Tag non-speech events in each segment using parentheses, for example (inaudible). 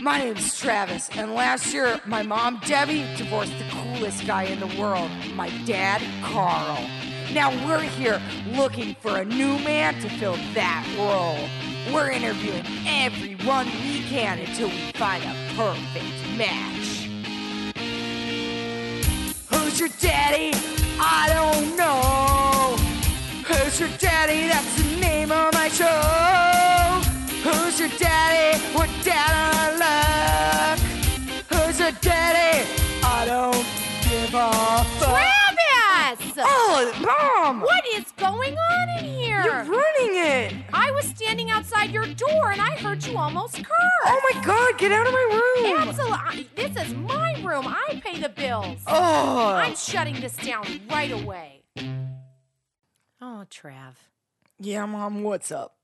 My name's Travis, and last year my mom Debbie divorced the coolest guy in the world, my dad Carl. Now we're here looking for a new man to fill that role. We're interviewing everyone we can until we find a perfect match. Who's your daddy? I don't know. Who's your daddy? That's the name of my show. Who's your daddy? We're down on luck. Who's your daddy? I don't give a fuck. Travis! Oh, mom! What is going on in here? You're ruining it. I was standing outside your door and I heard you almost curse. Oh my god! Get out of my room. Absolutely. This is my room. I pay the bills. Oh. I'm shutting this down right away. Oh, Trav. Yeah, mom. What's up?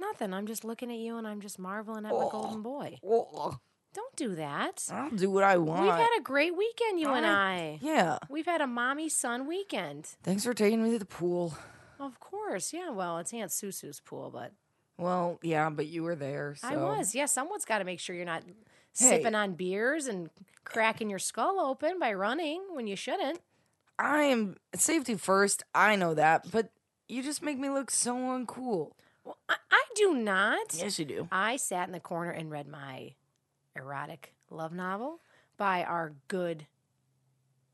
Nothing. I'm just looking at you and I'm just marveling at my Oh. golden boy. Oh, Don't do that. I'll do what I want. We've had a great weekend, you and I. yeah. We've had a mommy son weekend. Thanks for taking me to the pool. Of course. Yeah, well, it's Aunt Susu's pool, but Well, yeah, but you were there. So. I was. Yeah, someone's got to make sure you're not Hey. sipping on beers and cracking your skull open by running when you shouldn't. I am safety first. I know that, but you just make me look so uncool. Well, I, I do not. Yes, you do. I sat in the corner and read my erotic love novel by our good,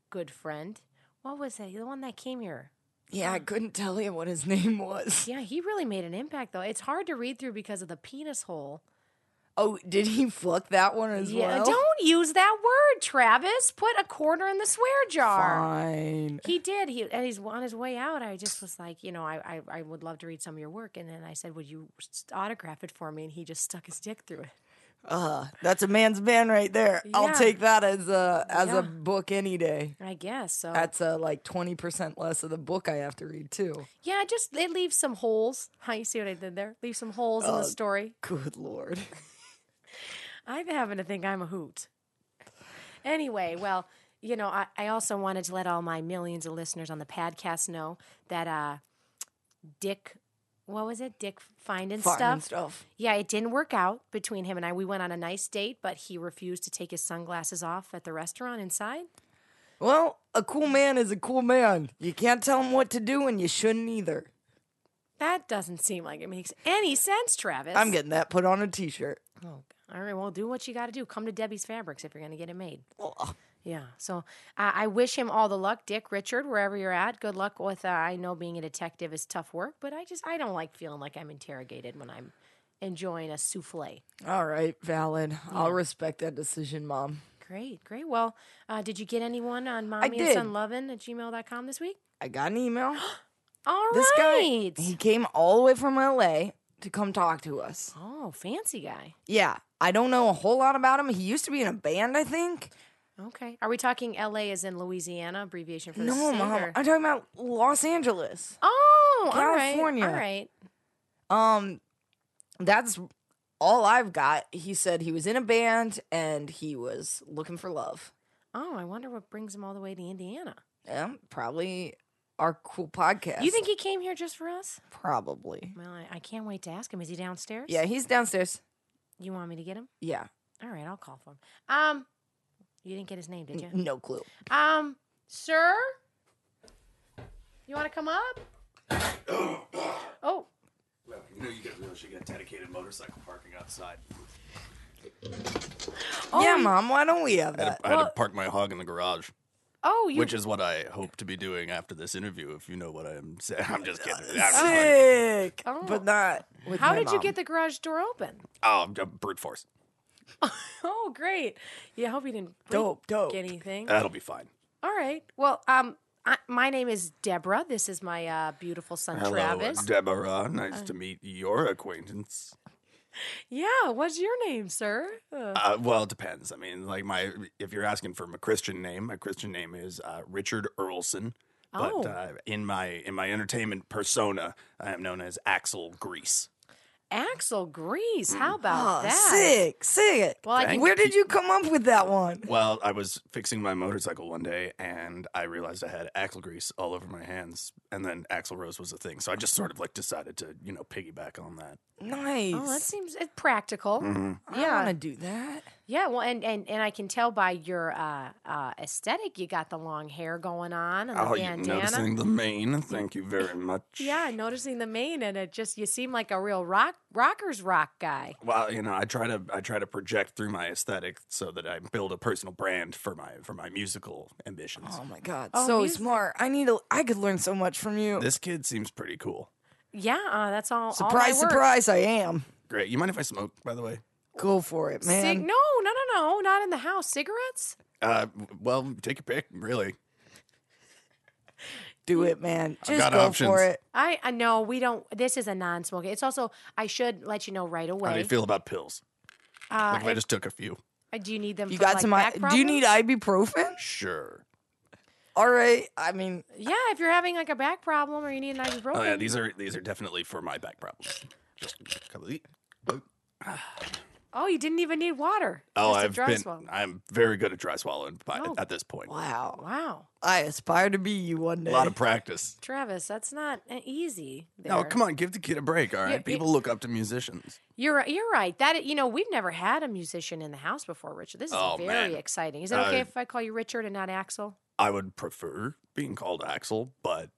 good friend. What was that? The one that came here. Yeah, I couldn't tell you what his (laughs) name was. Yeah, he really made an impact, though. It's hard to read through because of the penis hole. Oh, did he fuck that one as yeah, well? don't use that word, Travis. Put a quarter in the swear jar. Fine. He did. He and he's on his way out. I just was like, you know, I, I I would love to read some of your work, and then I said, would you s- autograph it for me? And he just stuck his dick through it. Uh, that's a man's man right there. I'll Yeah. take that as a as Yeah. Oh. a book any day. I guess so. That's uh, like twenty percent less of the book I have to read too. yeah, just it leaves some holes. (laughs) Huh, you see what I did there? Leave some holes in the story. Good (laughs) lord. I'm having to think I'm a hoot. Anyway, well, you know, I, I also wanted to let all my millions of listeners on the podcast know that uh, Dick, what was it? Dick finding Fine stuff. stuff. Yeah, it didn't work out between him and I. We went on a nice date, but he refused to take his sunglasses off at the restaurant inside. Well, a cool man is a cool man. You can't tell him what to do, and you shouldn't either. That doesn't seem like it makes any sense, Travis. I'm getting that put on a t-shirt. Oh, all right, well, do what you got to do. Come to Debbie's Fabrics if you're going to get it made. Oh. Yeah. So uh, I wish him all the luck, Dick, Richard, wherever you're at. Good luck with. Uh, I know being a detective is tough work, but I just I don't like feeling like I'm interrogated when I'm enjoying a souffle. All right, valid. I'll respect that decision, Mom. Great, great. Well, uh, did you get anyone on mommy and did. son lovin' at gmail.com this week? I got an email. All right. This guy, he came all the way from LA to come talk to us. Oh, fancy guy. Yeah, I don't know a whole lot about him. He used to be in a band, I think. Okay. Are we talking LA as in Louisiana, abbreviation for the No, state? Mom, or- I'm talking about Los Angeles. Oh, all right, California. All right. Um, that's all I've got. He said he was in a band and he was looking for love. Oh, I wonder what brings him all the way to Indiana. Yeah, probably our cool podcast. You think he came here just for us? Probably. Well, I, I can't wait to ask him. Is he downstairs? Yeah, he's downstairs. You want me to get him? Yeah, All right, I'll call for him. Um, you didn't get his name, did you? no clue. Um, sir, you want to (gasps) come up? Oh, Well, You know, you guys really should get a dedicated motorcycle parking outside. Oh. yeah, Mom, why don't we have I that? had, to, I had to Uh, well- park my hog in the garage, oh, you. which is what I hope to be doing after this interview. If you know what I'm (laughs) saying, I'm just kidding. Uh, I'm just kidding. Sick, Oh. but not. With how my did you mom. get the garage door open? (laughs) Oh, I'm- I'm brute force. Oh, great. Yeah, I hope you didn't break dope? Dope. anything. That'll be fine. All right. Well, um, I, my name is Deborah. This is my uh, beautiful son, Hello, Travis. Deborah. Nice Uh. to meet your acquaintance. yeah. What's your name, sir? Uh, Uh, well, it depends. I mean, like my if you're asking for my Christian name, my Christian name is uh, Richard Earlson. But Oh. uh, in my in my entertainment persona, I am known as Axel Grease. Axel Grease. Mm-hmm. How about Oh, that? sick, sick. Well, I Oh, Thank can, Where did you come up with that one? Well, I was fixing my motorcycle one day and I realized I had axle grease all over my hands, and then axle rose was a thing. So I just sort of like decided to, you know, piggyback on that. Nice. Mm-hmm. oh, that seems it's practical. I Yeah. want to do that. Yeah, well, and, and, and I can tell by your uh, uh, aesthetic, you got the long hair going on and the Oh, you're bandana. noticing the mane. Thank you very much. yeah, noticing the mane, and it just you seem like a real rock rockers rock guy. Well, you know, I try to I try to project through my aesthetic so that I build a personal brand for my for my musical ambitions. Oh my god, Oh, so music. smart. I need to. I could learn so much from Oh. you. This kid seems pretty cool. Yeah, uh, that's all. all my surprise, work. surprise. I am. Great. You mind if I smoke, by the way? Go for it, man. Cig- no, no, no, no, not in the house. Cigarettes? Uh, w- well, take your pick. Really, Do it, man. Just got go options. for it. I I know we don't. This is a non-smoking. It's also I should let you know right away. how do you feel about pills? Uh, Like if I just took a few. if- do you need them? You for, got like, some. back Do you need problems? ibuprofen? Sure. All right. I mean, Yeah, if you're having like a back problem or you need an ibuprofen. Oh yeah, these are these are definitely for my back problems. Just a couple of these. Oh, you didn't even need water. Oh, Just a I've dry been. swallow. I'm very good at dry swallowing by, Oh. at this point. wow. Wow, I aspire to be you one A day. lot of practice. Travis, that's not uh, easy. There. No, come on, give the kid a break. All right, Yeah, it- people look up to musicians. You're ri- you're right. That you know we've never had a musician in the house before, Richard. This is Oh, very man. exciting. Is it okay Uh, if I call you Richard and not Axel? I would prefer being called Axel, but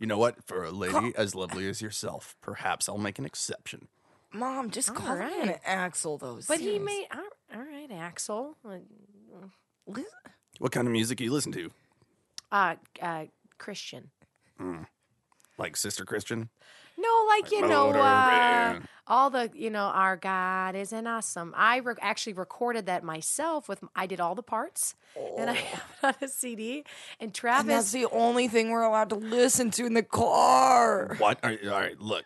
you know what? For a lady as lovely as yourself, perhaps I'll make an exception. Mom, just All call him an right. Axel, though. But he seems- may. all- all right, Axel. Li- What kind of music do you listen to? Uh, uh, Christian. Like Sister Christian? No, like you know, uh, Motorhead. all the you know, our God is an awesome. I re- actually recorded that myself with. I did all the parts, Oh. and I have it on a CD. And Travis, And that's the only thing we're allowed to listen to in the car. What? All right, all right, look,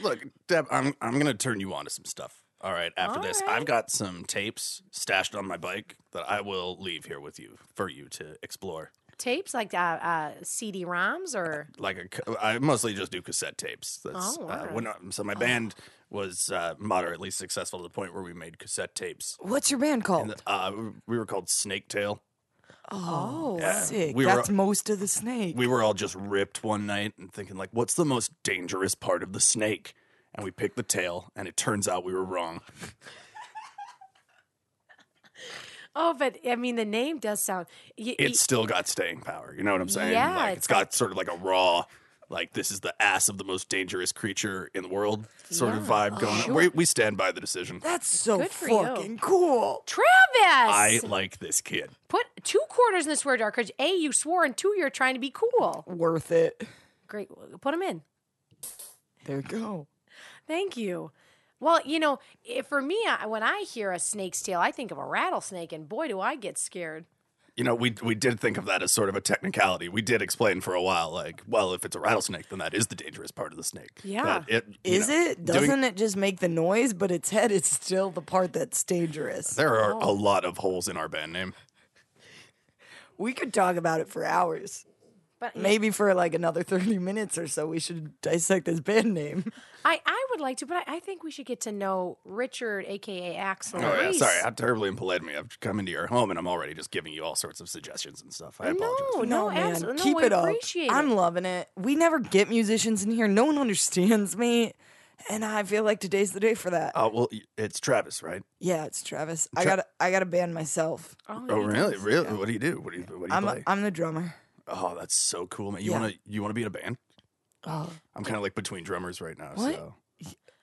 look, Deb. I'm I'm gonna turn you on to some stuff. All right. After All this, right. I've got some tapes stashed on my bike that I will leave here with you for you to explore. tapes like uh, uh, CD ROMs or Like a c I mostly just do cassette tapes. That's Oh, all uh, when I, so my band was uh, moderately successful to the point where we made cassette tapes. What's your band called? Uh, we were called Snake Tail. oh, yeah. sick. We were- that's most of the snake. We were all just ripped one night and thinking like, what's the most dangerous part of the snake? And we picked the tail, and it turns out we were wrong. Oh, but I mean, the name does sound. Y- y- It's still got staying power. You know what I'm saying? Yeah, like, it's it's got sort of like a raw, like this is the ass of the most dangerous creature in the world sort of Yeah. vibe going. sure. on. We, we stand by the decision. that's so Good for you. fucking cool. Travis. I like this kid. put two quarters in the swear jar because a you swore and two you're trying to be cool. Worth it. Great, put them in. There you go. Thank you. Well, you know, if for me, I, when I hear a snake's tail, I think of a rattlesnake, and boy, do I get scared. You know, we we did think of that as sort of a technicality. We did explain for a while, like, well, if it's a rattlesnake, then that is the dangerous part of the snake. Yeah. But it, you Is know, it? doing- Doesn't it just make the noise? But its head is still the part that's dangerous. There are Oh. a lot of holes in our band name. We could talk about it for hours. But Maybe for like another 30 minutes or so, we should dissect this band name. I, I would like to, but I, I think we should get to know Richard, aka Axel. Oh, yeah. Reese. Sorry, how terribly impolite of me. I've come into your home and I'm already just giving you all sorts of suggestions and stuff. I apologize. No, Oh, no, abs- no, Keep we it up. appreciate it. I'm loving it. We never get musicians in here. No one understands me. And I feel like today's the day for that. Oh, well, y- it's Travis, right? Yeah, it's Travis. I Tra- got I got a band myself. Oh, Oh, yeah. really? Really? What do you do? What do you, what do you I'm play? I'm the drummer. oh, that's so cool, man. You Yeah. want to you want to be in a band? Oh, I'm kind of like between drummers right now. What? So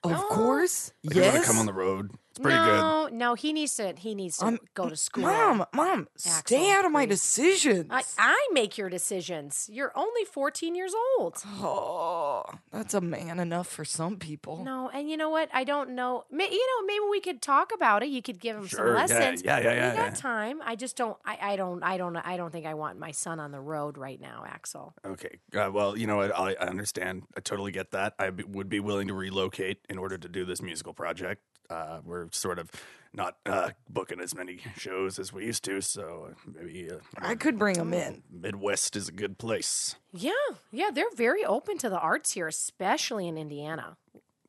of Oh. course. like, you want yes. to come on the road? It's pretty no, no, he needs to. He needs to I'm- go to school. Mom, mom, stay Axel, out of my please. decisions. I, I make your decisions. You're only 14 years old. oh, that's a man enough for some people. No, and you know what? I don't know. Ma- You know, maybe we could talk about it. You could give him good. some Sure. Yeah, lessons. yeah, yeah, yeah. We got yeah. time. I just don't. I, I don't. I don't. I don't think I want my son on the road right now, Axel. Okay. Uh, well, you know what? I, I understand. I totally get that. I b- would be willing to relocate in order to do this musical project. Uh, we're sort of not uh, booking as many shows as we used to, so maybe uh, I could bring him in. Midwest is a good place. Yeah, yeah. They're very open to the arts here, especially in Indiana.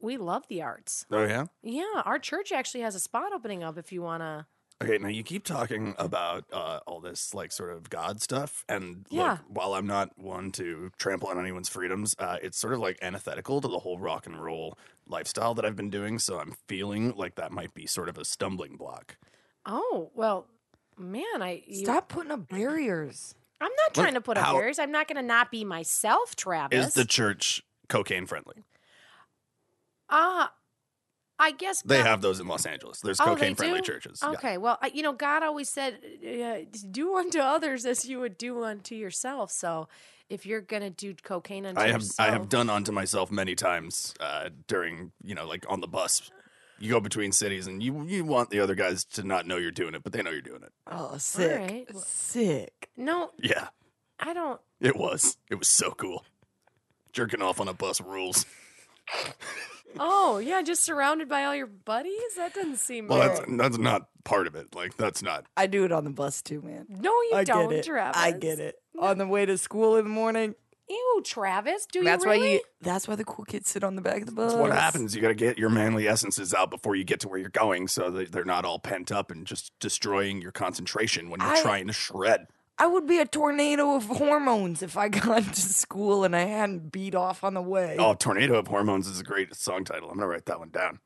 We love the arts. Oh yeah. Yeah, our church actually has a spot opening up if you want to. Okay, now you keep talking about uh, all this like sort of God stuff, and Yeah. look, while I'm not one to trample on anyone's freedoms, uh, it's sort of like antithetical to the whole rock and roll lifestyle that I've been doing. So I'm feeling like that might be sort of a stumbling block. Oh well, man, I you- Stop putting up barriers. I'm not trying to put up how- barriers. I'm not going to not be myself, Travis. Is the church cocaine friendly? uh, I guess They God- have those in Los Angeles. There's Oh, they cocaine friendly do? churches. Yeah. Okay, well, I, you know, God always said, uh, "Do unto others as you would do unto yourself." So, if you're gonna do cocaine unto I have yourself, I have done onto myself many times uh, during you know like on the bus. You go between cities and you you want the other guys to not know you're doing it, but they know you're doing it. Oh, sick. right, well- Sick. no, Yeah, I don't. it was it was so cool. Jerking off on a bus rules. Oh, yeah, just surrounded by all your buddies. That doesn't seem Well, right. that's that's not part of it. Like that's not. I do it on the bus too, man. No, you I don't, get it. Travis. I get it. On the way to school in the morning. Ew, Travis. Do That's you really? why you. That's why the cool kids sit on the back of the bus. That's what happens. You got to get your manly essences out before you get to where you're going, so that they're not all pent up and just destroying your concentration when you're I- trying to shred. I would be a tornado of hormones if I (laughs) got to school and I hadn't beat off on the way. Oh, tornado of hormones is a great song title. I'm gonna write that one down.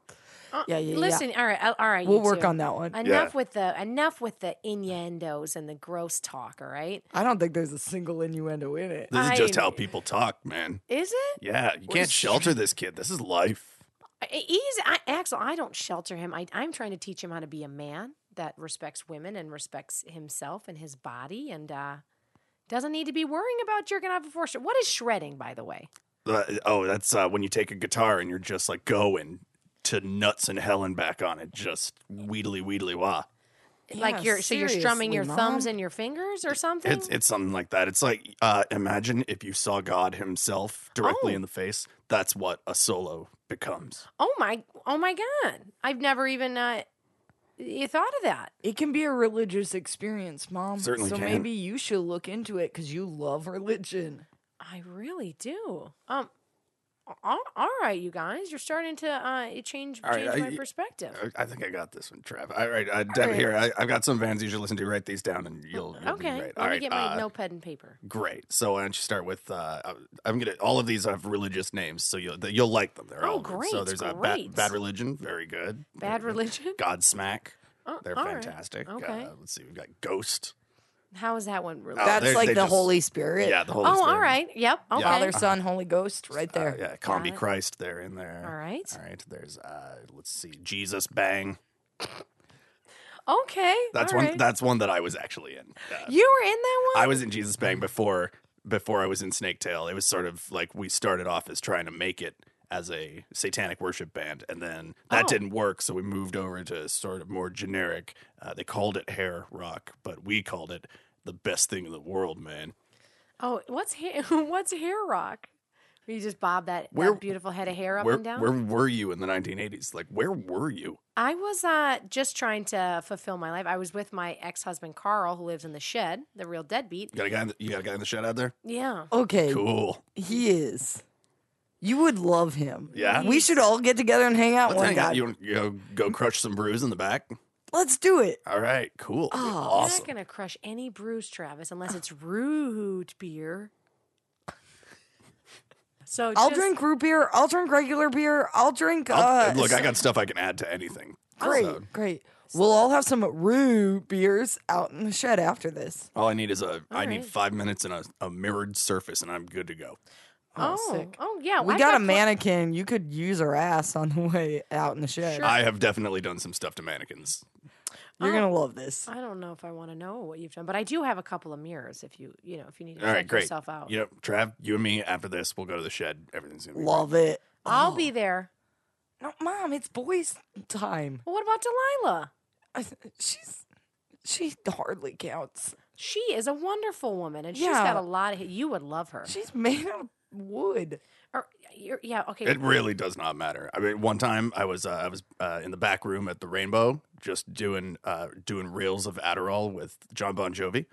Uh, Yeah, yeah, yeah. Listen, all right, all- all right. we'll you work two. on that one. Enough with the enough with the innuendos and the gross talk. All right, I don't think there's a single innuendo in it. This is just I- how people talk, man. is it? Yeah, you can't shelter this kid. This is life. I- He's I, Axel. I don't shelter him. I, I'm trying to teach him how to be a man that respects women and respects himself and his body, and uh, doesn't need to be worrying about jerking off before. Sh- what is shredding, by the way? Uh, oh, that's uh, when you take a guitar and you're just like going to nuts and hell and back on it, just wheedly wheedly wah. Yeah, like you're so you're strumming seriously, your thumbs Mom. and your fingers or something. It's it's something like that. It's like uh, imagine if you saw God Himself directly Oh. in the face. That's what a solo becomes. oh my! Oh my God! I've never even uh, you thought of that. It can be a religious experience, Mom. Certainly so can. maybe you should look into it because you love religion. I really do. Um. All, all right, you guys, you're starting to uh, it change, All right, uh, change I- my perspective. I- I think I got this one, Trav. All right, uh, down right. here, I, I've got some bands you should listen to. Write these down, and you'll, you'll okay, let Be right. me All right, get my uh, notepad and (laughs) paper. Great. So why don't you start with? Uh, I'm gonna. All of these have religious names, so you'll you'll like them. They're Oh, all good. So great, there's a great. bad, bad religion. Very good. Bad Very good. religion. (laughs) Godsmack. Oh, They're all right. fantastic. Okay. Uh, let's see. We've got Ghost. How is that one related? Oh, That's they- like they the just- Holy Spirit. Yeah, the whole. oh, all right. Yep. Okay. Father, Son, Holy Ghost, right there. yeah, Combi Got it. Christ. They're in there. All right. All right. There's. Uh, let's see. Jesus Bang. Okay. That's all one. right. That's one that I was actually in. Uh, you were in that one. I was in Jesus Bang before before I was in Snake Tail. It was sort of like we started off as trying to make it as a satanic worship band, and then that Oh. didn't work, so we moved over to sort of more generic. Uh, they called it hair rock, but we called it the best thing in the world, man. oh, what's hair? (laughs) What's hair rock? Where you just bob that, that Where- beautiful head of hair up Where and down. where were you in the 1980s? Like where were you? I was uh, just trying to fulfill my life. I was with my ex husband Carl, who lives in the shed, the real deadbeat. You got a guy. In the, you got a guy in the shed out there. Yeah. Okay, Cool. he is. You would love him. Yeah. We should all get together and hang out Let's one hang guy. out. You wanna go go crush some brews in the back? Let's do it. All right. Cool. Oh, you're not You're awesome. not gonna crush any brews, Travis, unless it's root beer. So I'll just- drink root beer. I'll drink regular beer. I'll drink. I'll- uh, look, I got stuff I can add to anything. Great, So- great. We'll all have some root beers out in the shed after this. All I need is a. I need right. five minutes and a, a mirrored surface, and I'm good to go. Oh, Oh, sick. oh yeah. We I've got a pl- mannequin. You could use her ass on the way out in the shed. Sure. I have definitely done some stuff to mannequins. You're gonna love this. I don't know if I want to know what you've done, but I do have a couple of mirrors. If you, you know, if you need to All right, check great. yourself out, You know, Trav, you and me. After this, we'll go to the shed. Everything's gonna be. great. Love it. Oh. I'll be there. No, mom, it's boys' time. Well, what about Delilah? I, she's she hardly counts. She is a wonderful woman, and she's Yeah. got a lot of. You would love her. She's made out of wood. Or- you're- yeah. Okay. It really does not matter. I mean, one time I was uh, I was uh, in the back room at the Rainbow, just doing uh, doing reels of Adderall with John Bon Jovi,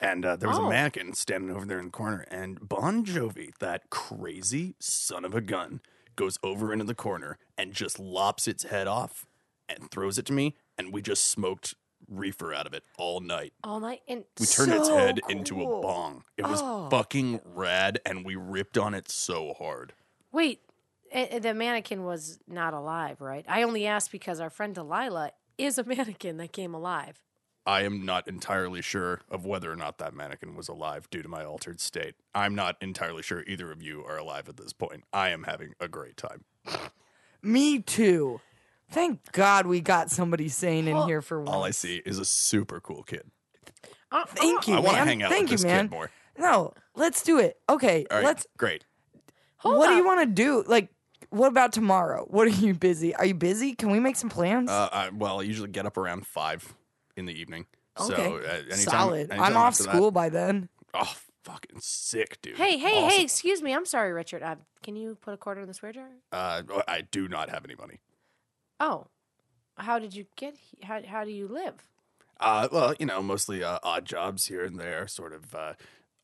and uh, there was Oh. a mannequin standing over there in the corner, and Bon Jovi, that crazy son of a gun, goes over into the corner and just lops its head off and throws it to me, and we just smoked reefer out of it all night. all night and We turned its So head into cool. a bong. It was Oh. fucking rad, and we ripped on it so hard. Wait, eh, eh, the mannequin was not alive, right? I only asked because our friend Delilah is a (laughs) mannequin that came alive. I am not entirely sure of whether or not that mannequin was alive due to my altered state. I'm not entirely sure either of you are alive at this point. I am having a great time. Me too. Thank God we got somebody sane in here for once. All I see is a super cool kid. Uh, Thank you, I man. want to hang out Thank with this you, man. kid more. No, let's do it. Okay, All right, let's. great. Hold what do on. you want to do? Like, what about tomorrow? What are you busy? Are you busy? Can we make some plans? Uh, I, well, I usually get up around five in the evening. So Okay. uh, anytime, Solid. anytime I'm off after that- school by then. oh, fucking sick, dude. Hey, hey, hey! Awesome. Excuse me. I'm sorry, Richard. Uh, can you put a quarter in the swear jar? Uh, I do not have any money. Oh, how did you get? He- how how do you live? Uh, well, you know, mostly uh, odd jobs here and there, sort of uh,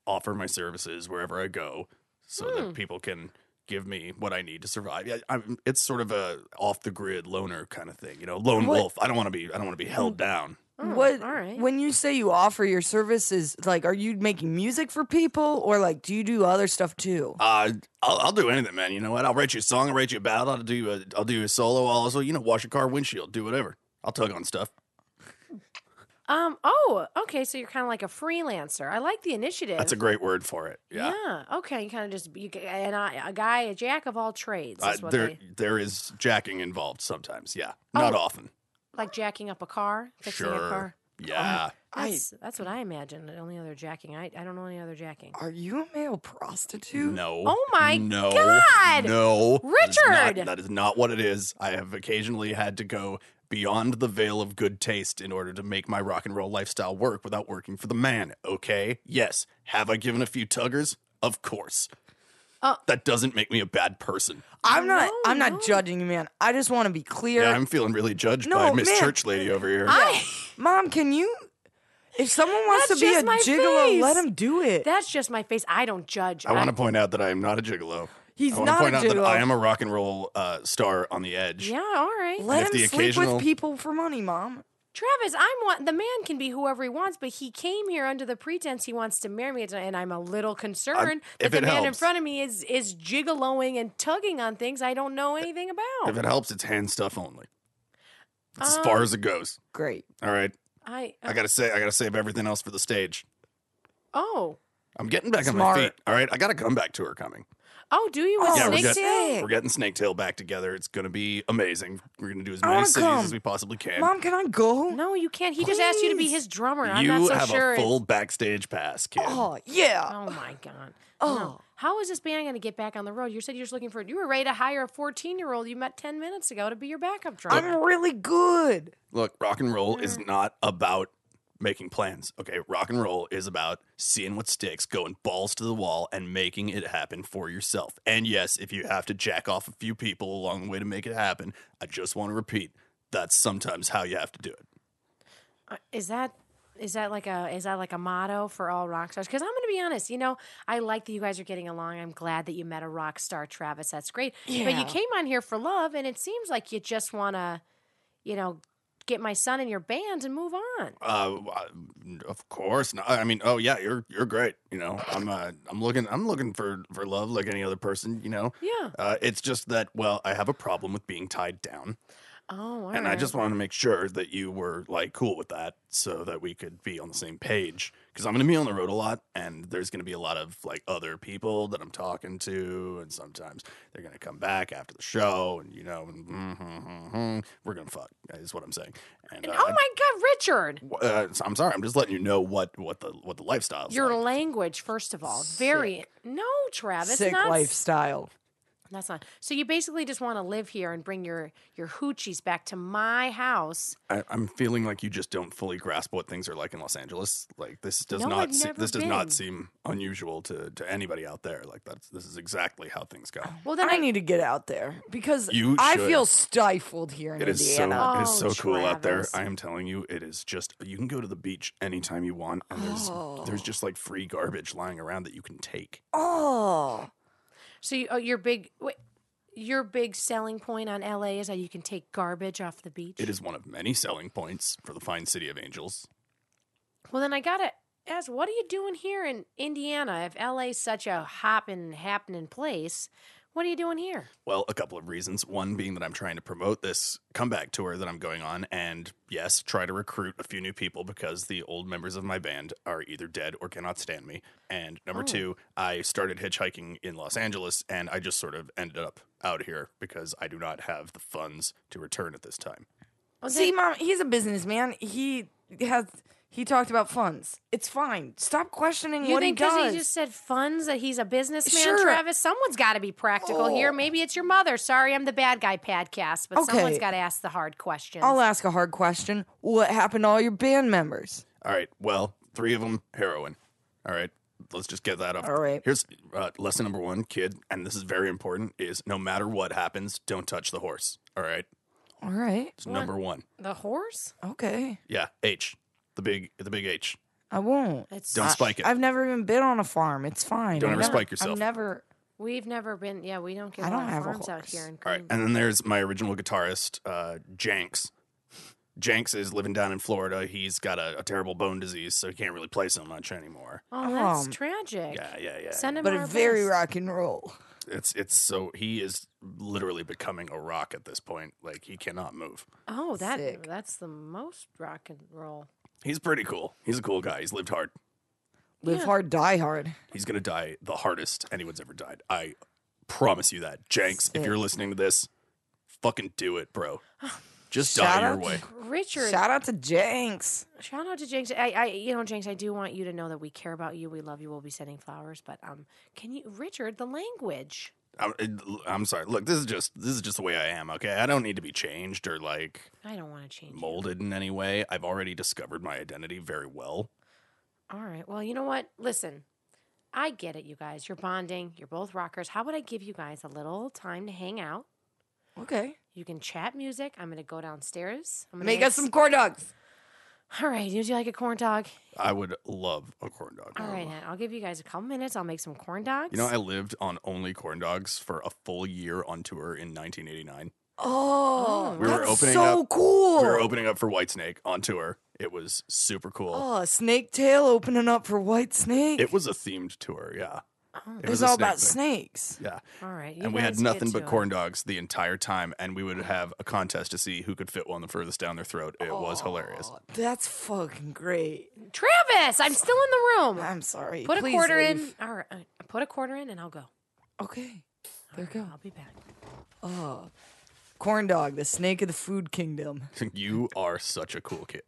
offer my services wherever I go so Hmm. that people can give me what I need to survive. Yeah, I'm, it's sort of a off the grid loner kind of thing, you know, lone What- wolf. I don't want to be, I don't Hmm. want to be held down. Oh, what? All right. When you say you offer your services, like, are you making music for people, or like, do you do other stuff too? Uh, I'll, I'll do anything, man. You know what? I'll write you a song, I'll write you a ballad, I'll do a, I'll do a solo, I'll also, you know, wash a car windshield, do whatever. I'll tug on stuff. um. Oh. Okay. So you're kind of like a freelancer. I like the initiative. That's a great word for it. Yeah. Yeah, Okay. You kind of just you, and I, a guy, a jack of all trades. Uh, Is what there, they, there is jacking involved sometimes. Yeah, not Oh. often. like jacking up a car, fixing a Sure. car. Yeah, I- That's, that's what I imagine. The only other jacking. I, I don't know any other jacking. Are you a male prostitute? No. Oh my no, God! No. That is not- Richard! that is not what it is. I have occasionally had to go beyond the veil of good taste in order to make my rock and roll lifestyle work without working for the man, okay? Yes. Have I given a few tuggers? Of course. Uh, that doesn't make me a bad person. I'm not. No, I'm not no. judging you, man. I just want to be clear. Yeah, I'm feeling really judged No, by Miss man. Church Lady over here. I. Mom, can you? If someone wants That's to be a just my gigolo, let face. him do it. (laughs) That's just my face. I don't judge. I want to point out that I am not a gigolo. He's I want not to point a out that gigolo. I am a rock and roll uh, star on the edge. Yeah. All right. let if him the sleep occasional- with people for money, mom. Travis, I'm one. The man can be whoever he wants, but he came here under the pretense he wants to marry me, and I'm a little concerned that if the it man in helps. front of me is is gigoloing and tugging on things I don't know anything If about. it helps, it's hand stuff only. That's Um, as far as it goes. Great. All right. I, uh, Oh. I gotta say, I gotta save everything else for the stage. oh I'm getting back Smart. on my feet. All right, I got a comeback tour coming. oh do you with Oh, Yeah, we're snake tail? Hey. We're getting Snaketail back together. It's gonna be amazing. We're gonna do as I many wanna cities come. as we possibly can. Mom, can I go? No, you can't. He just asked you to be Please. his drummer. I'm you not so have sure. a it's- full backstage pass, kid. Oh yeah. Oh my god. Oh. No. How is this band going to get back on the road? You said you're just looking for. You were ready to hire a 14 year old you met 10 minutes ago to be your backup drummer. I'm really good. Look, rock and roll is Mm. not about making plans. Okay, rock and roll is about seeing what sticks, going balls to the wall, and making it happen for yourself. And yes, if you have to jack off a few people along the way to make it happen, I just want to repeat that's sometimes how you have to do it. Uh, Is that is that like a is that like a motto for all rock stars? Because I'm going to be honest, you know, I like that you guys are getting along. I'm glad that you met a rock star, Travis. That's great. But Yeah. you came on here for love, and it seems like you just want to, you know, get my son in your band and move on. Uh, of course. Not. I mean, oh yeah, you're you're great. You know, I'm uh, I'm looking I'm looking for for love like any other person. You know, Yeah. uh, it's just that well, I have a problem with being tied down, Oh, all and I right. just wanted to make sure that you were like cool with that, so that we could be on the same page. Because I'm gonna be on the road a lot, and there's gonna be a lot of like other people that I'm talking to, and sometimes they're gonna come back after the show, and you know, and mm-hmm, we're gonna fuck is what I'm saying. And, uh, Oh my God, Richard. uh, so I'm sorry. I'm just letting you know what what the what the lifestyle is. Your like. language, first of all, very no, Travis. Sick not, lifestyle. That's not. So you basically just want to live here and bring your your hoochies back to my house. I, I'm feeling like you just don't fully grasp what things are like in Los Angeles. Like this does No, not I've se- never this does not been. seem unusual to to anybody out there. Like that's this is exactly how things go. Well, then I, I, need to get out there because You I should. feel stifled here in It is so Indiana. it is so Oh, cool out there. Travis. I am telling you, it is just you can go to the beach anytime you want, and there's Oh. there's just like free garbage lying around that you can take. oh, so you, oh, your big wait, your big selling point on LA is that you can take garbage off the beach. It is one of many selling points for the fine city of Angels. Well, then I gotta ask, what are you doing here in Indiana? If LA's such a hopping happening place, What are you doing here? Well, a couple of reasons. One being that I'm trying to promote this comeback tour that I'm going on, and yes, try to recruit a few new people because the old members of my band are either dead or cannot stand me. And number Oh. two, I started hitchhiking in Los Angeles, and I just sort of ended up out here because I do not have the funds to return at this time. See, mom, he's a businessman. He has. He talked about funds. It's fine. Stop questioning You what think he because does. he just said funds that he's a businessman, Sure. Oh. Travis? Someone's got to be practical here. Maybe it's your mother. Sorry, I'm the bad guy, Padcast, but someone's Okay. got to ask the hard questions. I'll uh, ask a hard question. What happened to all your band members? All right. Well, three of them heroin. All right. Let's just get that up. All right. Here's uh, lesson number one, kid, and this is very important: is no matter what happens, don't touch the horse. All right. All right. It's number one. the horse? Okay. Yeah, H, the big, the big H. I won't. It's Don't spike it. I've never even been on a farm. It's fine. Don't I've ever never- spike yourself. I've never. We've never been. Yeah, we don't get I a don't lot of have a farms out horse. here in All Green. right, and then there's my original guitarist, uh, Janks. Janks is living down in Florida. He's got a, a terrible bone disease, so he can't really play so much anymore. Oh, that's Um, tragic. Yeah, yeah, yeah. Send him But our very best. rock and roll. It's it's so he is literally becoming a rock at this point. Like he cannot move. Oh, that Sick. that's the most rock and roll. He's pretty cool. He's a cool guy. He's lived hard. Live hard, die hard. He's gonna die the hardest anyone's ever died. I promise you that, Janks. If you're listening to this, fucking do (sighs) it, bro. Just Shout die your out way. Richard, Shout out to Jenks. Shout out to Jinx. I, I, you know, Jinx, I do want you to know that we care about you. We love you. We'll be sending flowers, but um, can you, Richard, the language? I'm, I'm sorry. Look, this is just this is just the way I am. Okay, I don't need to be changed or like I don't want to change. it. molded in any way. I've already discovered my identity very well. All right. Well, you know what? Listen, I get it, you guys. You're bonding. You're both rockers. How about I give you guys a little time to hang out? Okay. You can chat music. I'm gonna go downstairs. I'm gonna Make make us some corn dogs. All right. Would you like a corn dog? I would love a corn dog. All Oh. right. then. I'll give you guys a couple minutes. I'll make some corn dogs. You know, I lived on only corn dogs for a full year on tour in 1989. Oh, We were that's opening so up- cool. We were opening up for Whitesnake on tour. It was super cool. oh, Snake Tail opening up for White Snake. It was a themed tour. Yeah, Oh, It was a all snake about thing. snakes. Yeah, All right. you and we had guys get nothing to but it. corn dogs the entire time, and we would have a contest to see who could fit one the furthest down their throat. It was hilarious. Oh, That's fucking great. Travis, I'm still in the room. I'm sorry. Put a Please quarter leave. in. All right, uh, put a quarter in, and I'll go. Okay. There you go. I'll be back. Oh. Corn dog, the snake of the food kingdom. You are such a (laughs) cool kid.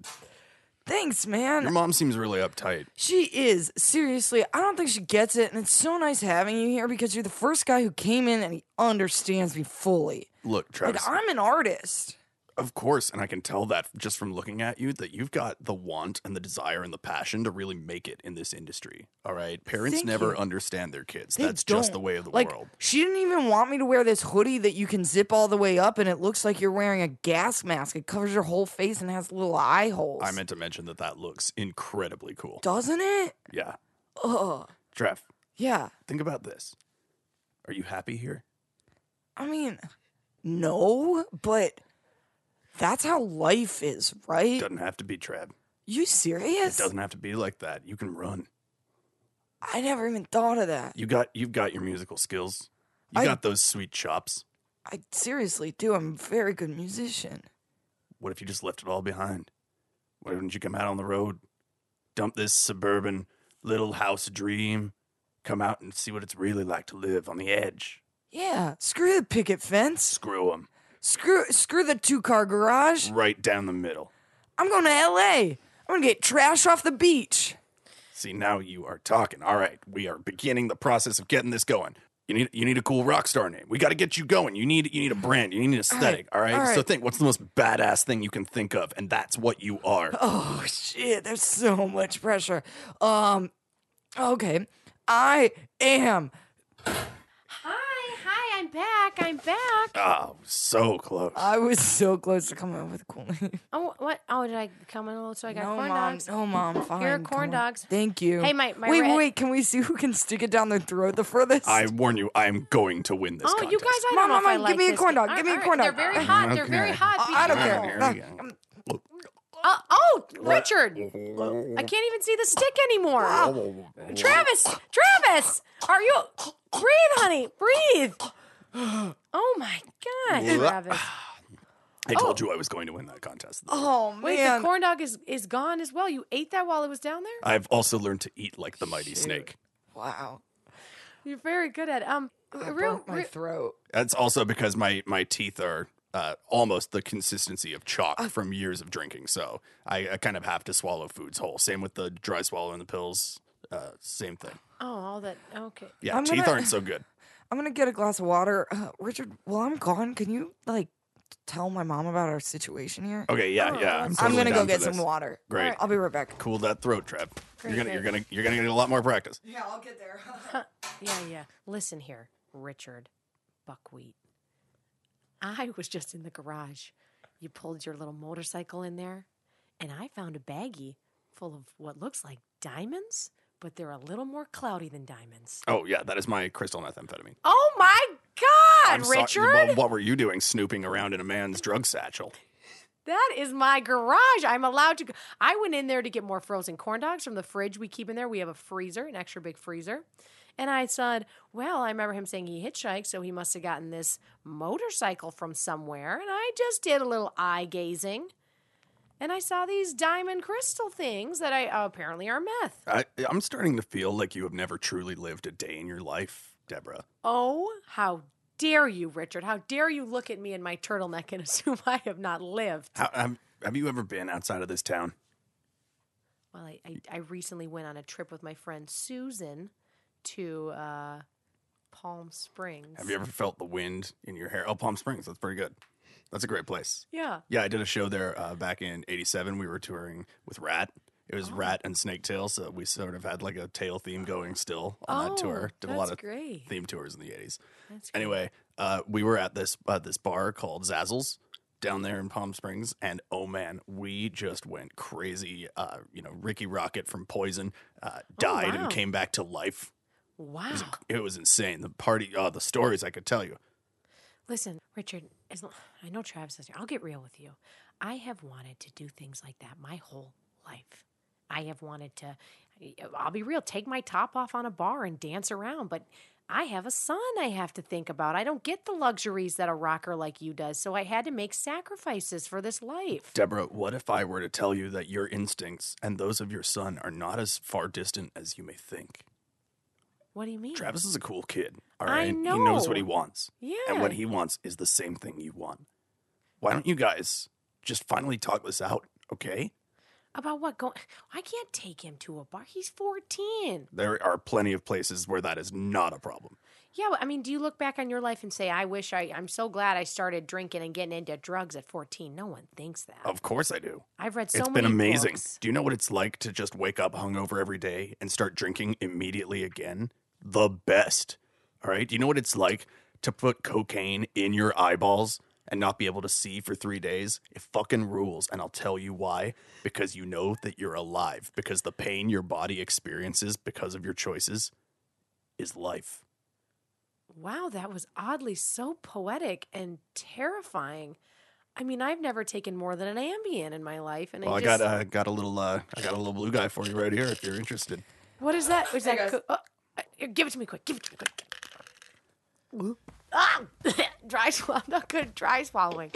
Thanks, man. Your mom seems really uptight. She is. Seriously, I don't think she gets it. And it's so nice having you here because you're the first guy who came in and he understands me fully. Look, Like, Travis, I'm an artist. of course, and I can tell that just from looking at you that you've got the want and the desire and the passion to really make it in this industry. All right, parents Thank never you. understand their kids. They That's just the don't. way of the like, world. She didn't even want me to wear this hoodie that you can zip all the way up and it looks like you're wearing a gas mask. It covers your whole face and has little eye holes. I meant to mention that that looks incredibly cool. Doesn't it? Yeah, Ugh. Trev, Yeah. think about this. Are you happy here? I mean, no, but that's how life is, right? Doesn't have to be Trev. You It serious? doesn't have to be like that. You can run. I never even thought of that. You got you've got your musical skills. You I- got those sweet chops. I seriously do. I'm a very good musician. What if you just left it all behind? Why didn't you come out on the road? Dump this suburban little house dream. Come out and see what it's really like to live on the edge. Yeah. Screw the picket fence. Screw 'em. Screw screw the two car garage. Right down the middle. I'm going to LA. I'm going to get trash off the beach. See, now you are talking. All right, we are beginning the process of getting this going. You need you need a cool rock star name. We got to get you going. You need you need a brand. You need an aesthetic. All right? all So right. think what's the most badass thing you can think of, and that's what you are. Oh shit, there's so much pressure. Um okay. I am Hi, hi, I'm back. I'm back. Oh, so close. I was so close to coming up with a cool (laughs) name. Oh, what? Oh, did I come in a little? So I got no, corn mom. dogs. No, mom. Fine. are come corn on. dogs. Thank you. Hey, my- my wait, red- wait. Can we see who can stick it down their throat the furthest? I warn you, I am going to win this Oh, contest. you guys, I don't Mom, know if Mom, I Mom, like give me a this. corn dog, All give me a right, corn dog. They're very hot. They're very Okay. hot. Be I don't care. careful. There we go. Uh, oh, Richard, I can't even see the stick anymore. Travis, Travis, are you? Breathe, honey. Breathe. Oh my God, Blah. Travis. I told you I was going to win that contest. (laughs) Oh Wait, man. the corn dog is, is gone as well. You ate that while it was down there? I've also learned to eat like the mighty snake. wow. You're very good at it. Um, I real, burnt my throat. That's also because my my teeth are uh, almost the consistency of chalk Oh. from years of drinking. So I, I kind of have to swallow foods whole. Same with the dry swallow and the pills. Uh, same thing. oh, all that. Okay. Yeah, I'm teeth gonna- aren't so good. I'm gonna get a glass of water. Uh, Richard, while I'm gone, can you like tell my mom about our situation here? Okay, yeah, yeah. Oh, I'm, Oh, I'm totally gonna go down get for some this. water. Great. I'll be right back. Cool that throat, Trev. You're Great, gonna you're great. gonna you're gonna get a lot more practice. Yeah, I'll get there. Yeah, yeah. Listen here, Richard Buckwheat. I was just in the garage. You pulled your little motorcycle in there, and I found a baggie full of what looks like diamonds, but they're a little more cloudy than diamonds. Oh yeah, that is my crystal methamphetamine. Oh my God, I'm sorry- Richard! well, what were you doing snooping around in a man's drug satchel? That is my garage. I'm allowed to go. I went in there to get more frozen corn dogs from the fridge we keep in there. We have a freezer, an extra big freezer. And I said, Well, I remember him saying he hitchhiked, so he must have gotten this motorcycle from somewhere. And I just did a little eye gazing. And I saw these diamond crystal things that I uh, apparently are meth. I, I'm starting to feel like you have never truly lived a day in your life, Deborah. Oh, how dare you, Richard? How dare you look at me in my turtleneck and (laughs) assume I have not lived? How, have, have you ever been outside of this town? Well, I, I, I recently went on a trip with my friend Susan to uh, Palm Springs. Have you ever felt the wind in your hair? Oh, Palm Springs. That's pretty good. That's a great place. Yeah. Yeah, I did a show there uh, back in '87. We were touring with Rat. It Oh. was Rat and Snake Tail, so we sort of had like a tail theme going still on oh, that tour. Did a lot that's of great. theme tours in the '80s. That's great. Anyway, uh, we were at this uh, this bar called Zazzles down there in Palm Springs, and oh man, we just went crazy. Uh, you know, Ricky Rocket from Poison uh, died Oh, wow. and came back to life. Wow. It was insane. The party, oh, the stories I could tell you. Listen, Richard, as long, I know Travis is here. I'll get real with you. I have wanted to do things like that my whole life. I have wanted to, I'll be real, take my top off on a bar and dance around, but I have a son I have to think about. I don't get the luxuries that a rocker like you does, so I had to make sacrifices for this life. Deborah, what if I were to tell you that your instincts and those of your son are not as far distant as you may think? What do you mean? Travis is a cool kid. All I right. He knows know. what he wants. Yeah. And what he wants is the same thing you want. Why don't you guys just finally talk this out, okay? About what going? I can't take him to a bar. He's 14. There are plenty of places where that is not a problem. Yeah, but I mean, do you look back on your life and say, I wish I, I'm so glad I started drinking and getting into drugs at 14? No one thinks that. Of course I do. I've read so It's many been amazing. books. Do you know what it's like to just wake up hungover every day and start drinking immediately again? The best. All right. Do you know what it's like to put cocaine in your eyeballs and not be able to see for three days? It fucking rules. And I'll tell you why. Because you know that you're alive, because the pain your body experiences because of your choices is life. Wow, that was oddly so poetic and terrifying. I mean, I've never taken more than an Ambien in my life, and Well, I I just got uh, got a little uh, I got a little blue guy for you right here if you're interested. what is that? Is that guys. co- oh, uh, here, give it to me quick? Give it to me quick. Ah, (laughs) dry swallow. (laughs) Not good. Dry swallowing.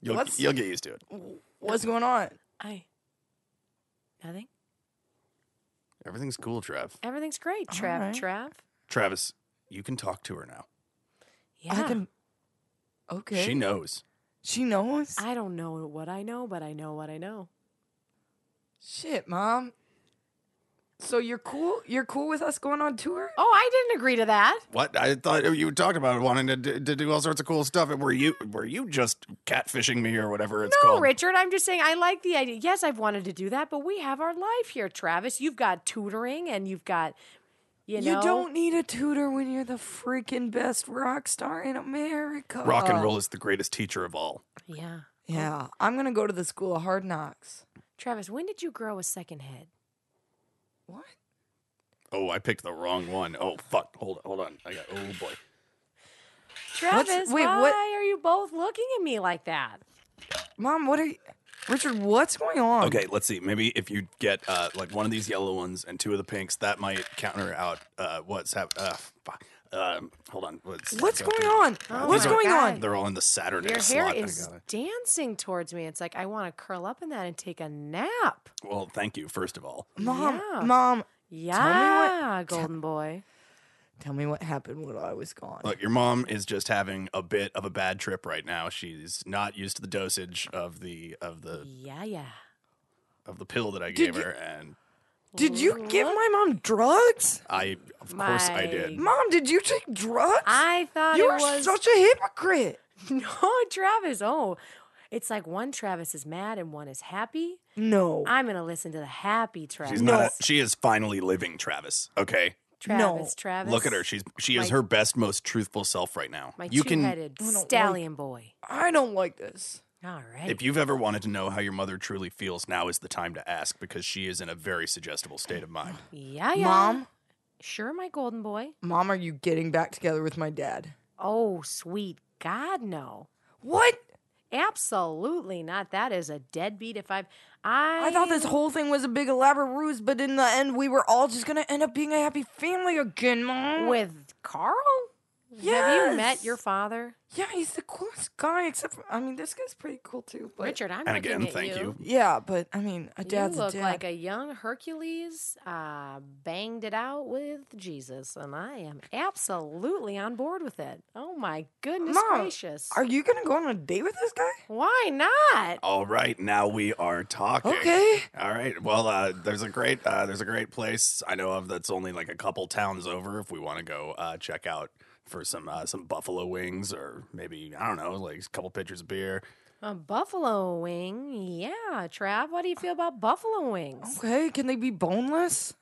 You'll What's- you'll get used to it. What's going on? I. Nothing. Everything's cool, Trav. Everything's great, Trav. right. Trav. Travis, you can talk to her now. Yeah. I can. Okay. She knows. She knows. I don't know what I know, but I know what I know. Shit, mom. So you're cool. You're cool with us going on tour? Oh, I didn't agree to that. What I thought you talked about wanting to, d- to do all sorts of cool stuff. Were you were you just catfishing me or whatever it's No, called? Richard, I'm just saying I like the idea. Yes, I've wanted to do that, but we have our life here, Travis. You've got tutoring and you've got, you You, know. don't need a tutor when you're the freaking best rock star in America. Rock and roll is the greatest teacher of all. Yeah. Yeah, I'm gonna go to the school of hard knocks. Travis, when did you grow a second head? What? Oh, I picked the wrong one. Oh fuck! Hold on, hold on. I got oh boy. Travis, wait, why what- are you both looking at me like that? Mom, what are you? Richard, what's going on? Okay, let's see. Maybe if you get uh, like one of these yellow ones and two of the pinks, that might counter out uh, what's happening. Uh, fuck. Um, hold on. What's, What's go going through- on? Oh What's my going God. on? They're all in the Saturday Your hair slot. I is got it. dancing towards me. It's like I want to curl up in that and take a nap. Well, thank you first of all. Mom, Yeah. mom, Yeah, golden boy. tell me what happened when I was gone. Look, your mom is just having a bit of a bad trip right now. She's not used to the dosage of the of the Yeah, yeah. of the pill that I Did gave you- her, and did you give my mom drugs? I of course I did. My- Mom, did you take drugs? I thought you it are was such a hypocrite. (laughs) no Travis. Oh, it's like one Travis is mad and one is happy. No. I'm gonna listen to the happy Travis. She's not. a- she is finally living, Travis. Okay, Travis, No. Travis. look at her. She's she is my- her best, most truthful self right now. my you can. two-headed I don't like- stallion boy. I don't like this. All right. If you've ever wanted to know how your mother truly feels, now is the time to ask because she is in a very suggestible state of mind. yeah, yeah. Mom? Sure, my golden boy. Mom, are you getting back together with my dad? Oh, sweet God, no. What? Absolutely not. That is a deadbeat. If I've, I, I thought this whole thing was a big elaborate ruse, but in the end, we were all just gonna end up being a happy family again, Mom. with Carl. Have you met Yes. your father, yeah, he's the coolest guy. Except, for, I mean, this guy's pretty cool too. But Richard? I'm and looking again, at thank you. yeah, but I mean, a dad's you look a dad. like a young Hercules, uh, banged it out with Jesus, and I am absolutely on board with it. Oh my goodness Mom, gracious! are you gonna go on a date with this guy? Why not? All right, now we are talking. Okay. All right. Well, uh, there's a great uh, there's a great place I know of that's only like a couple towns over. If we want to go uh, check out for some uh, some buffalo wings or maybe I don't know like a couple pitchers of beer. A buffalo wing, yeah. Trav, what do you feel about buffalo wings? Okay, can they be boneless?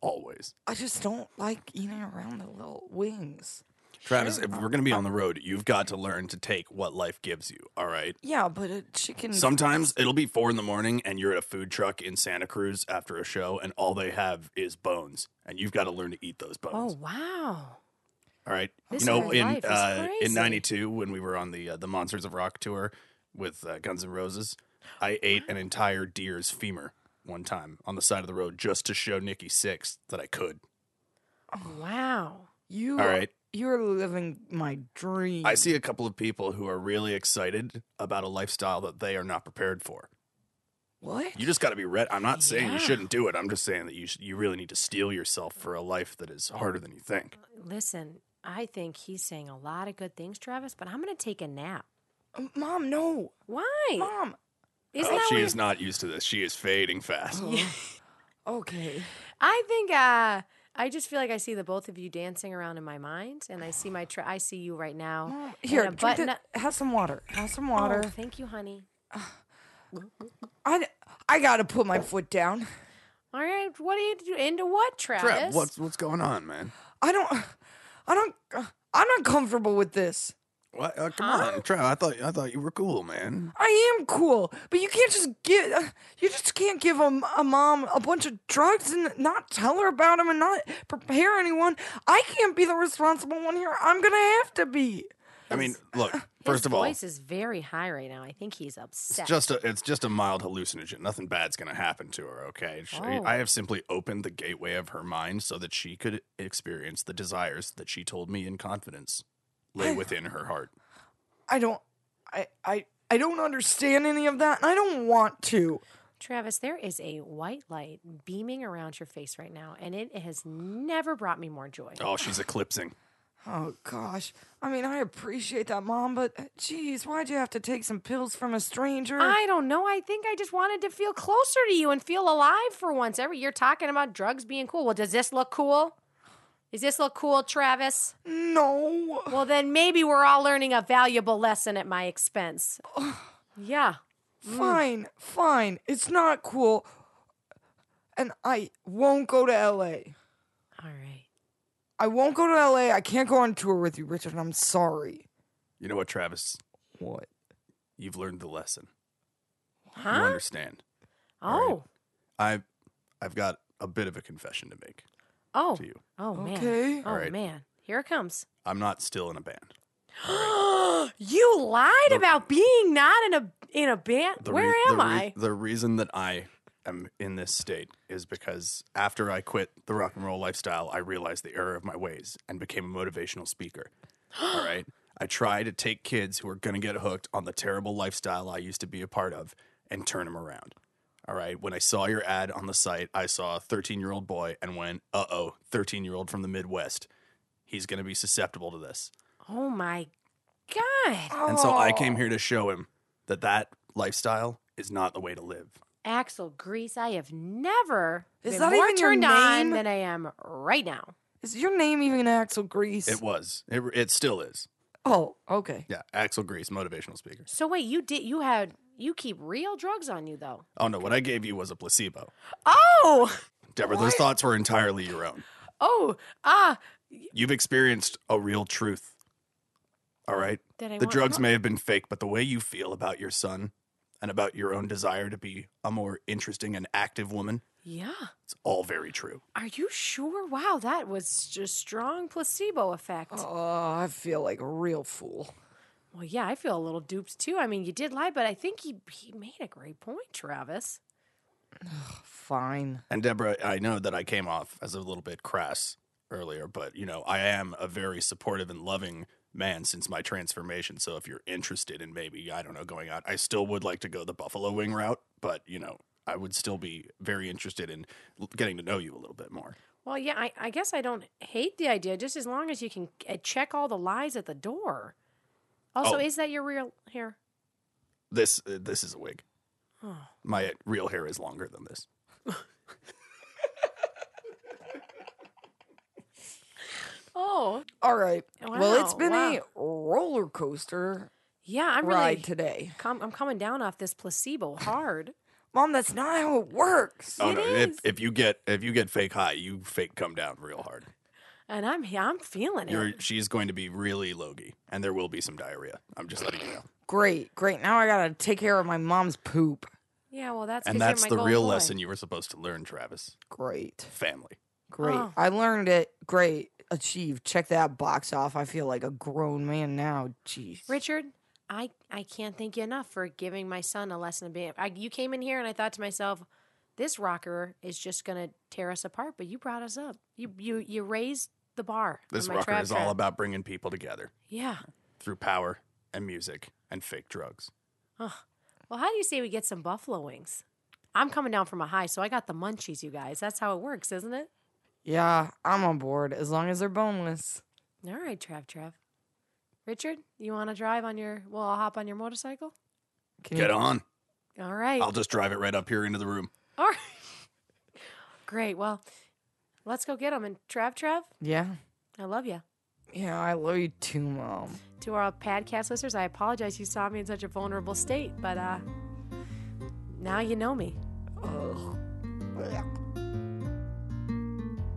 Always, I just don't like eating around the little wings. Travis. If we're gonna be on the road, you've got to learn to take what life gives you. All right. Yeah, but a chicken. Sometimes it'll be four in the morning and you're at a food truck in Santa Cruz after a show and all they have is bones and you've got to learn to eat those bones. Oh wow. All right. This you know, whole in life is uh, in crazy. '92 when we were on the uh, the Monsters of Rock tour with uh, Guns N' Roses, I ate an entire deer's femur one time on the side of the road just to show Nikki Six that I could. Wow. you. All right. You're living my dream. I see a couple of people who are really excited about a lifestyle that they are not prepared for. What? You just got to be ready. I'm not saying Yeah. you shouldn't do it. I'm just saying that you sh- you really need to steel yourself for a life that is harder than you think. Listen, I think he's saying a lot of good things, Travis, but I'm going to take a nap. Um, Mom, no. Why? Mom. Isn't Oh, that she what- is not used to this. She is (laughs) fading fast. Okay. I think uh I just feel like I see the both of you dancing around in my mind and I see my tra- I see you right now. Mom, Mm, here, in a drink button that- have some water. Have some Oh, water. thank you, honey. I, I gotta put my foot down. All right, what are you do- into what, Travis? Trev, what's what's going on, man? I don't. I don't. I'm not comfortable with this. What? Uh, come on, Trev. I thought I thought you were cool, man. I am cool, but you can't just give. Uh, you just can't give a, m- a mom a bunch of drugs and not tell her about them and not prepare anyone. I can't be the responsible one here. I'm gonna have to be. I mean, look. (laughs) His First of all, voice it's is very high right now. I think he's upset. just a it's just a mild hallucinogen. Nothing bad's gonna happen to her. Okay. She- Oh. I have simply opened the gateway of her mind so that she could experience the desires that she told me in confidence (sighs) lay within her heart. I don't. I. I. I don't understand any of that, and I don't want to. Travis, there is a white light beaming around your face right now and it has never brought me more joy. Oh, she's eclipsing. Oh gosh. I mean, I appreciate that, mom, but uh, geez, why'd you have to take some pills from a stranger? I don't know. I think I just wanted to feel closer to you and feel alive for once. Every you're talking about drugs being cool. Well, does this look cool? Does this look cool, Travis? no. Well, then maybe we're all learning a valuable lesson at my expense. Yeah. Mm. Fine, fine. It's not cool. And I won't go to LA. All right. I won't go to LA. I can't go on tour with you, Richard. I'm sorry. You know what, Travis? What? You've learned the lesson. You Huh? understand. Oh. I I've got a bit of a confession to make Oh. to you. Oh man. Okay. Oh All right. man. Here it (gasps) comes. I'm not still in a band. you lied The- about being not in a in a band. The Where rea- am the re- I? the reason that I am in this state is because after I quit the rock and roll lifestyle, I realized the error of my ways and became a motivational (gasps) speaker. All right. I try to take kids who are going to get hooked on the terrible lifestyle I used to be a part of and turn them around. All right. When I saw your ad on the site, I saw a 13 year old boy and went, uh oh, 13 year old from the Midwest. He's going to be susceptible to this. Oh my God. And so I came here to show him that that lifestyle is not the way to live. Axel Grease, I have never Is been that more even your turned on name? than I am right now. Is your name even Axel Grease? It was. It, it still is. oh, okay. Yeah. Axel Grease, motivational speaker. So wait, you did you had you keep real drugs on you though. Oh, no. What I gave you was a placebo. Oh, Deborah, those thoughts were entirely your own. oh, ah. You've experienced a real truth. All right. That I the want drugs more. may have been fake, but the way you feel about your son and about your own desire to be a more interesting and active woman, Yeah. it's all very true. Are you sure? Wow, that was just strong placebo effect. Oh, I feel like a real fool. Well, yeah, I feel a little duped too. I mean, you did lie, but I think he he made a great point, Travis. Fine. And Deborah, I know that I came off as a little bit crass earlier, but you know, I am a very supportive and loving man since my transformation. So if you're interested in maybe, I don't know, going out, I still would like to go the buffalo wing route, but you know, I would still be very interested in l- getting to know you a little bit more. Well, yeah, I, I guess I don't hate the idea, just as long as you can uh, check all the lies at the door. Also, Oh. is that your real hair? This uh, this is a wig. Oh. My real hair is longer than this. Oh, All right. well, it's Wow, been a wow. roller coaster yeah, I'm really. ride today. Com- I'm coming down off this placebo hard. Mom, that's not how it works. Oh It no! is. If, if you get if you get fake high, you fake come down real hard. And I'm I'm feeling You're it. she's going to be really logy, and there will be some diarrhea. I'm just letting you know. Great, great. Now I gotta take care of my mom's poop. Yeah, well, that's 'cause And that's you're my the gold real boy. lesson you were supposed to learn, Travis. Great, Family. great. Oh. I learned it. Great, achieved. Check that box off. I feel like a grown man now. Jeez. Richard, I I can't thank you enough for giving my son a lesson of being. I, you came in here and I thought to myself, this rocker is just gonna tear us apart. But you brought us up. You you you raised the bar. on This my rocker trap is all trap. about bringing people together Yeah. through power and music and fake drugs. Well, how do you say we get some buffalo wings? I'm coming down from a high, so I got the munchies, you guys. That's how it works, isn't it? Yeah, I'm on board as long as they're boneless. All right, Trav, Trav. Richard, you want to drive on your? Well, I'll hop on your motorcycle. Can Get you- on. All right. I'll just drive it right up here into the room. All right. (laughs) Great. Well, let's go get them. And Trav, Trav, Yeah, I love you. yeah. I love you too, mom. To our podcast listeners, I apologize you saw me in such a vulnerable state, but uh, now you know me.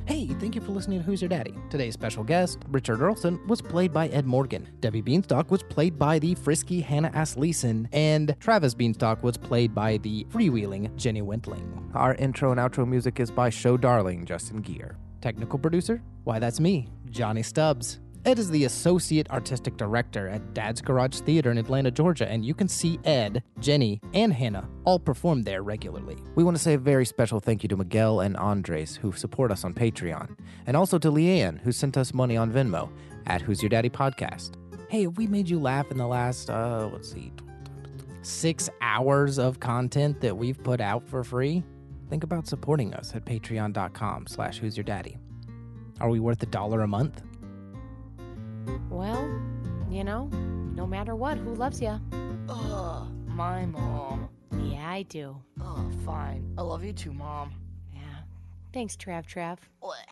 Hey, thank you for listening to Who's Your Daddy. Today's special guest, Richard Earlson, was played by Ed Morgan. Debbie Beanstalk was played by the frisky Hannah S. Leeson, and Travis Beanstalk was played by the freewheeling Jenny Wentling. Our intro and outro music is by Show Darling Justin Gear. Technical producer? Why, that's me, Johnny Stubbs. Ed is the associate artistic director at Dad's Garage Theater in Atlanta, Georgia, and you can see Ed, Jenny, and Hannah all perform there regularly. We want to say a very special thank you to Miguel and Andres who support us on Patreon, and also to Leanne who sent us money on Venmo at Who's Your Daddy Podcast. Hey, have we made you laugh in the last uh let's see Six hours of content that we've put out for free? Think about supporting us at patreon.com slash who's your daddy. Are we worth a dollar a month? Well, you know, no matter what, who loves you? Ugh, my mom. Yeah, I do. Oh, fine. I love you too, mom. Yeah. Thanks, Trav, Trav. Blech.